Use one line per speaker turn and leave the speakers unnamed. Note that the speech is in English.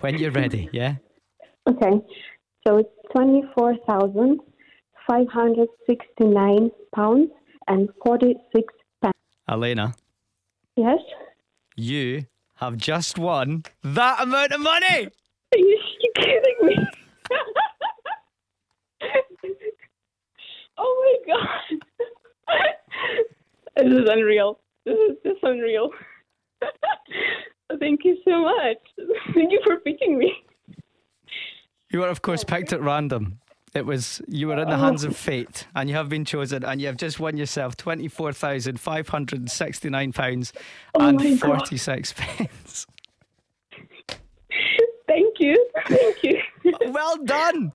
when you're ready. Yeah.
Okay. So it's 24,569 pounds and 46 pence.
Elena,
Yes?
you have just won that amount of money.
Are you kidding me? oh my god. this is unreal. This is just unreal. Thank you so much. Thank you for picking me.
You were, of course, picked at random. It was you were in
Oh.
the hands of fate, and you have been chosen, and you have just won yourself twenty four thousand five hundred and sixty nine pounds
Oh my
and
God.
forty six pence.
Thank you. Thank you.
well done!